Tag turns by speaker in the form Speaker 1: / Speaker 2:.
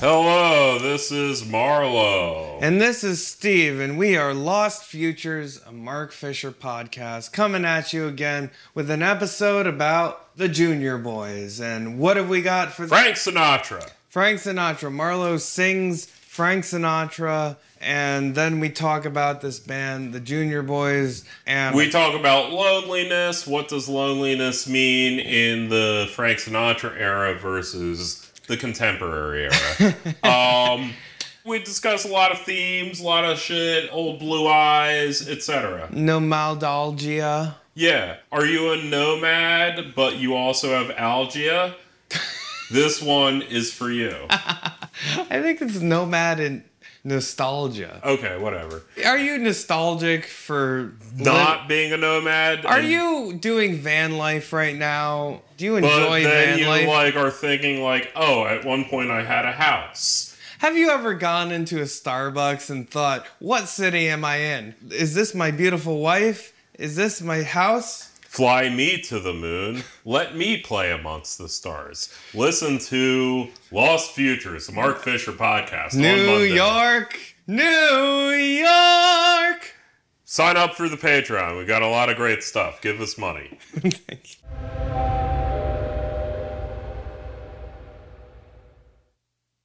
Speaker 1: Hello, this is Marlo.
Speaker 2: And this is Steve, and we are Lost Futures, a Mark Fisher podcast, coming at you again with an episode about the Junior Boys. And what have we got for
Speaker 1: Frank Sinatra.
Speaker 2: Frank Sinatra? Marlo sings Frank Sinatra, and then we talk about this band, the Junior Boys, and
Speaker 1: We talk about loneliness. What does loneliness mean in the Frank Sinatra era versus the contemporary era? um, we discuss a lot of themes, a lot of shit, old blue eyes, etc.
Speaker 2: Nomaldalgia.
Speaker 1: Yeah. Are you a nomad, but you also have algia? this one is for you.
Speaker 2: I think it's nomad and nostalgia.
Speaker 1: Okay, whatever.
Speaker 2: Are you nostalgic for
Speaker 1: Not being a nomad.
Speaker 2: Are
Speaker 1: and-
Speaker 2: you doing van life right now? Do you
Speaker 1: But
Speaker 2: enjoy
Speaker 1: then
Speaker 2: van
Speaker 1: you
Speaker 2: life?
Speaker 1: like are thinking like, oh, at one point I had a house.
Speaker 2: Have you ever gone into a Starbucks and thought, what city am I in? Is this my beautiful wife? Is this my house?
Speaker 1: Fly me to the moon. Let me play amongst the stars. Listen to Lost Futures, the Mark Fisher podcast. on
Speaker 2: New
Speaker 1: Monday.
Speaker 2: York! New York!
Speaker 1: Sign up for the Patreon. We got a lot of great stuff. Give us money.